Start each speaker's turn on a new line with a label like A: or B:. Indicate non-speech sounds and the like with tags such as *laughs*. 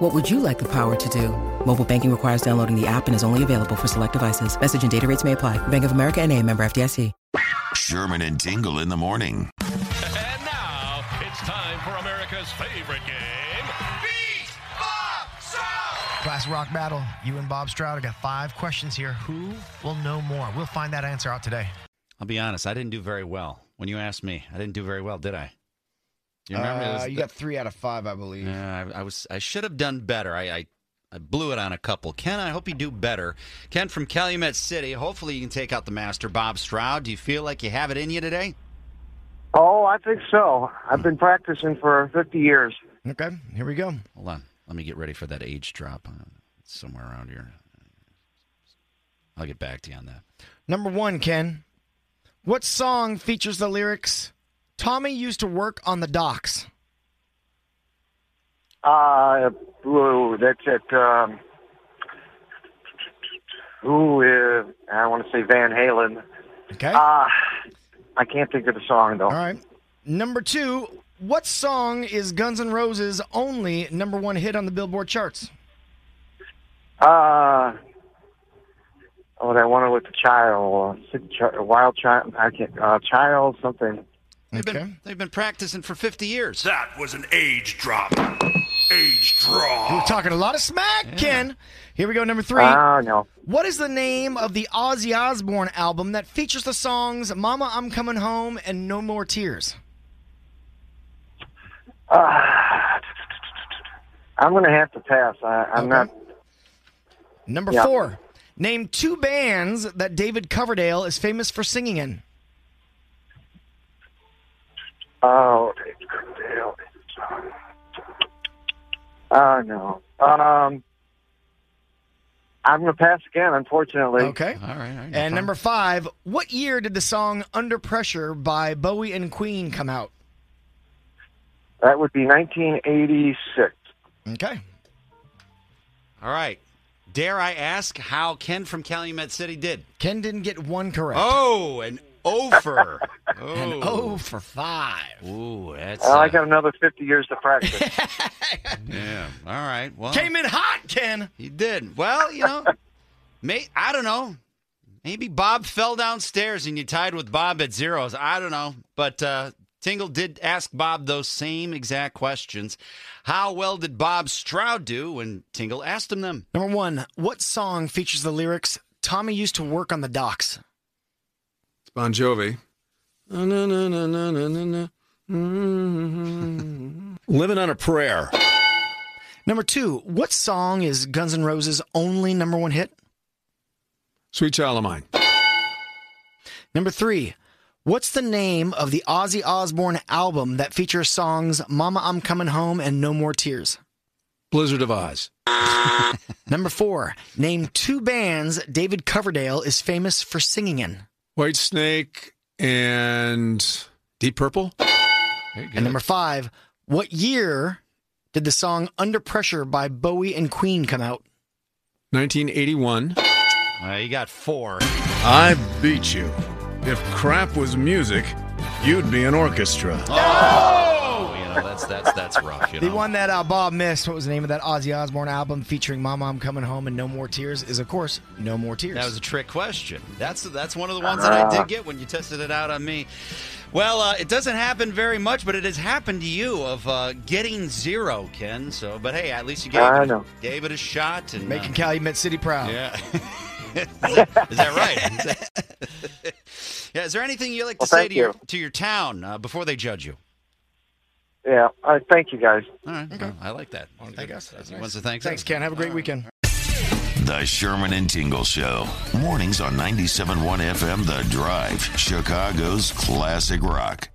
A: What would you like the power to do? Mobile banking requires downloading the app and is only available for select devices. Message and data rates may apply. Bank of America and a member FDIC.
B: Sherman and Dingle in the morning.
C: And now it's time for America's favorite game. Beat Bob Stroud.
D: Class rock battle. You and Bob Stroud. I got five questions here. Who will know more? We'll find that answer out today.
E: I'll be honest, I didn't do very well. When you asked me, I didn't do very well, did I? You remember? it
F: Uh,
E: was
F: you
E: the-
F: got three out of five, I believe.
E: Yeah, I, I was. I should have done better. I, I I blew it on a couple. Ken, I hope you do better. Ken from Calumet City. Hopefully, you can take out the master, Bob Stroud. Do you feel like you have it in you today?
G: Oh, I think so. I've been practicing for 50 years.
D: Okay, here we go.
E: Hold on. Let me get ready for that age drop. Uh, It's somewhere around here. I'll get back to you on that.
D: Number one, Ken. What song features the lyrics Tommy used to work on the docks?
G: Uh, ooh, that's it. Um, ooh, uh, I want to say Van Halen.
D: Okay.
G: Ah, I can't think of the song, though.
D: All right. Number two, what song is Guns N' Roses' only number one hit on the Billboard charts?
G: Uh, oh, that one with the child. uh, sick chi- Wild child. I can't. Uh, child something.
E: They've
D: Okay.
E: been they've been practicing for fifty years.
C: That was an age drop. Age
D: we are
C: drop.
D: talking a lot of smack, Ken. Here we go. Number three.
G: Ah, no.
D: What is the name of the Ozzy Osbourne album that features the songs Mama, I'm Coming Home and No More Tears?
G: Ah, I'm going to have to pass. I, I'm
D: Okay.
G: not.
D: Number
G: Yeah.
D: four, name two bands that David Coverdale is famous for singing in.
G: Oh, it's Cordell. Oh, no. Um, I'm going to pass again, unfortunately.
D: Okay.
E: All right. All right no
D: And
E: problem.
D: number five, what year did the song Under Pressure by Bowie and Queen come out?
G: That would be 1986.
D: Okay.
E: All right. Dare I ask how Ken from Calumet City did?
D: Ken didn't get one correct.
E: Oh, an over. Oh.
D: *laughs* An O for five.
E: Ooh, that's.
G: Well, I
E: uh,
G: got another 50 years to practice.
E: Yeah. All right. Well,
D: Came in hot, Ken.
E: he did. Well, you
D: *laughs*
E: know, may I don't know. Maybe Bob fell downstairs and you tied with Bob at zeros. I don't know. But uh, Tingle did ask Bob those same exact questions. How well did Bob Stroud do when Tingle asked him them?
D: Number one, what song features the lyrics Tommy used to work on the docks?
H: Bon Jovi. Living on a prayer.
D: Number two, what song is Guns N' Roses' only number one hit?
H: Sweet child of mine.
D: Number three, what's the name of the Ozzy Osbourne album that features songs Mama, I'm Coming Home and No More Tears?
H: Blizzard of Oz.
D: Number four, name two bands David Coverdale is famous for singing in.
H: White Snake and Deep Purple.
E: Very good.
D: And number five, what year did the song Under Pressure by Bowie and Queen come out?
H: 1981.
E: Uh, you got four.
I: I beat you. If crap was music, you'd be an orchestra.
E: Oh, you know, that's that's that's rough. You
D: The
E: know?
D: one that uh, Bob missed, what was the name of that Ozzy Osbourne album featuring Mama, I'm Coming Home and No More Tears, is of course No More Tears.
E: That was a trick question. That's that's one of the ones that I
G: Ah.
E: did get when you tested it out on me. Well, uh, it doesn't happen very much, but it has happened to you of uh, getting zero, Ken. So, but hey, at least you gave,
G: I
E: it,
G: know.
E: gave it a shot and
D: Making
E: uh,
D: Calumet City proud.
E: yeah. *laughs* is, that- is that right? Is that- *laughs* yeah. Is there anything you like to
G: Well,
E: say
G: thank
E: to your
G: you.
E: to your town uh, before they judge you?
G: yeah. All right, thank you, guys.
E: All right. Well, I like that. That's
D: thank
E: good.
D: us. That's
E: He
D: nice.
E: wants to thank
D: Thanks,
E: us.
D: Ken. Have a great weekend.
B: The Sherman and Tingle Show. Mornings on 97.1 FM The Drive, Chicago's classic rock.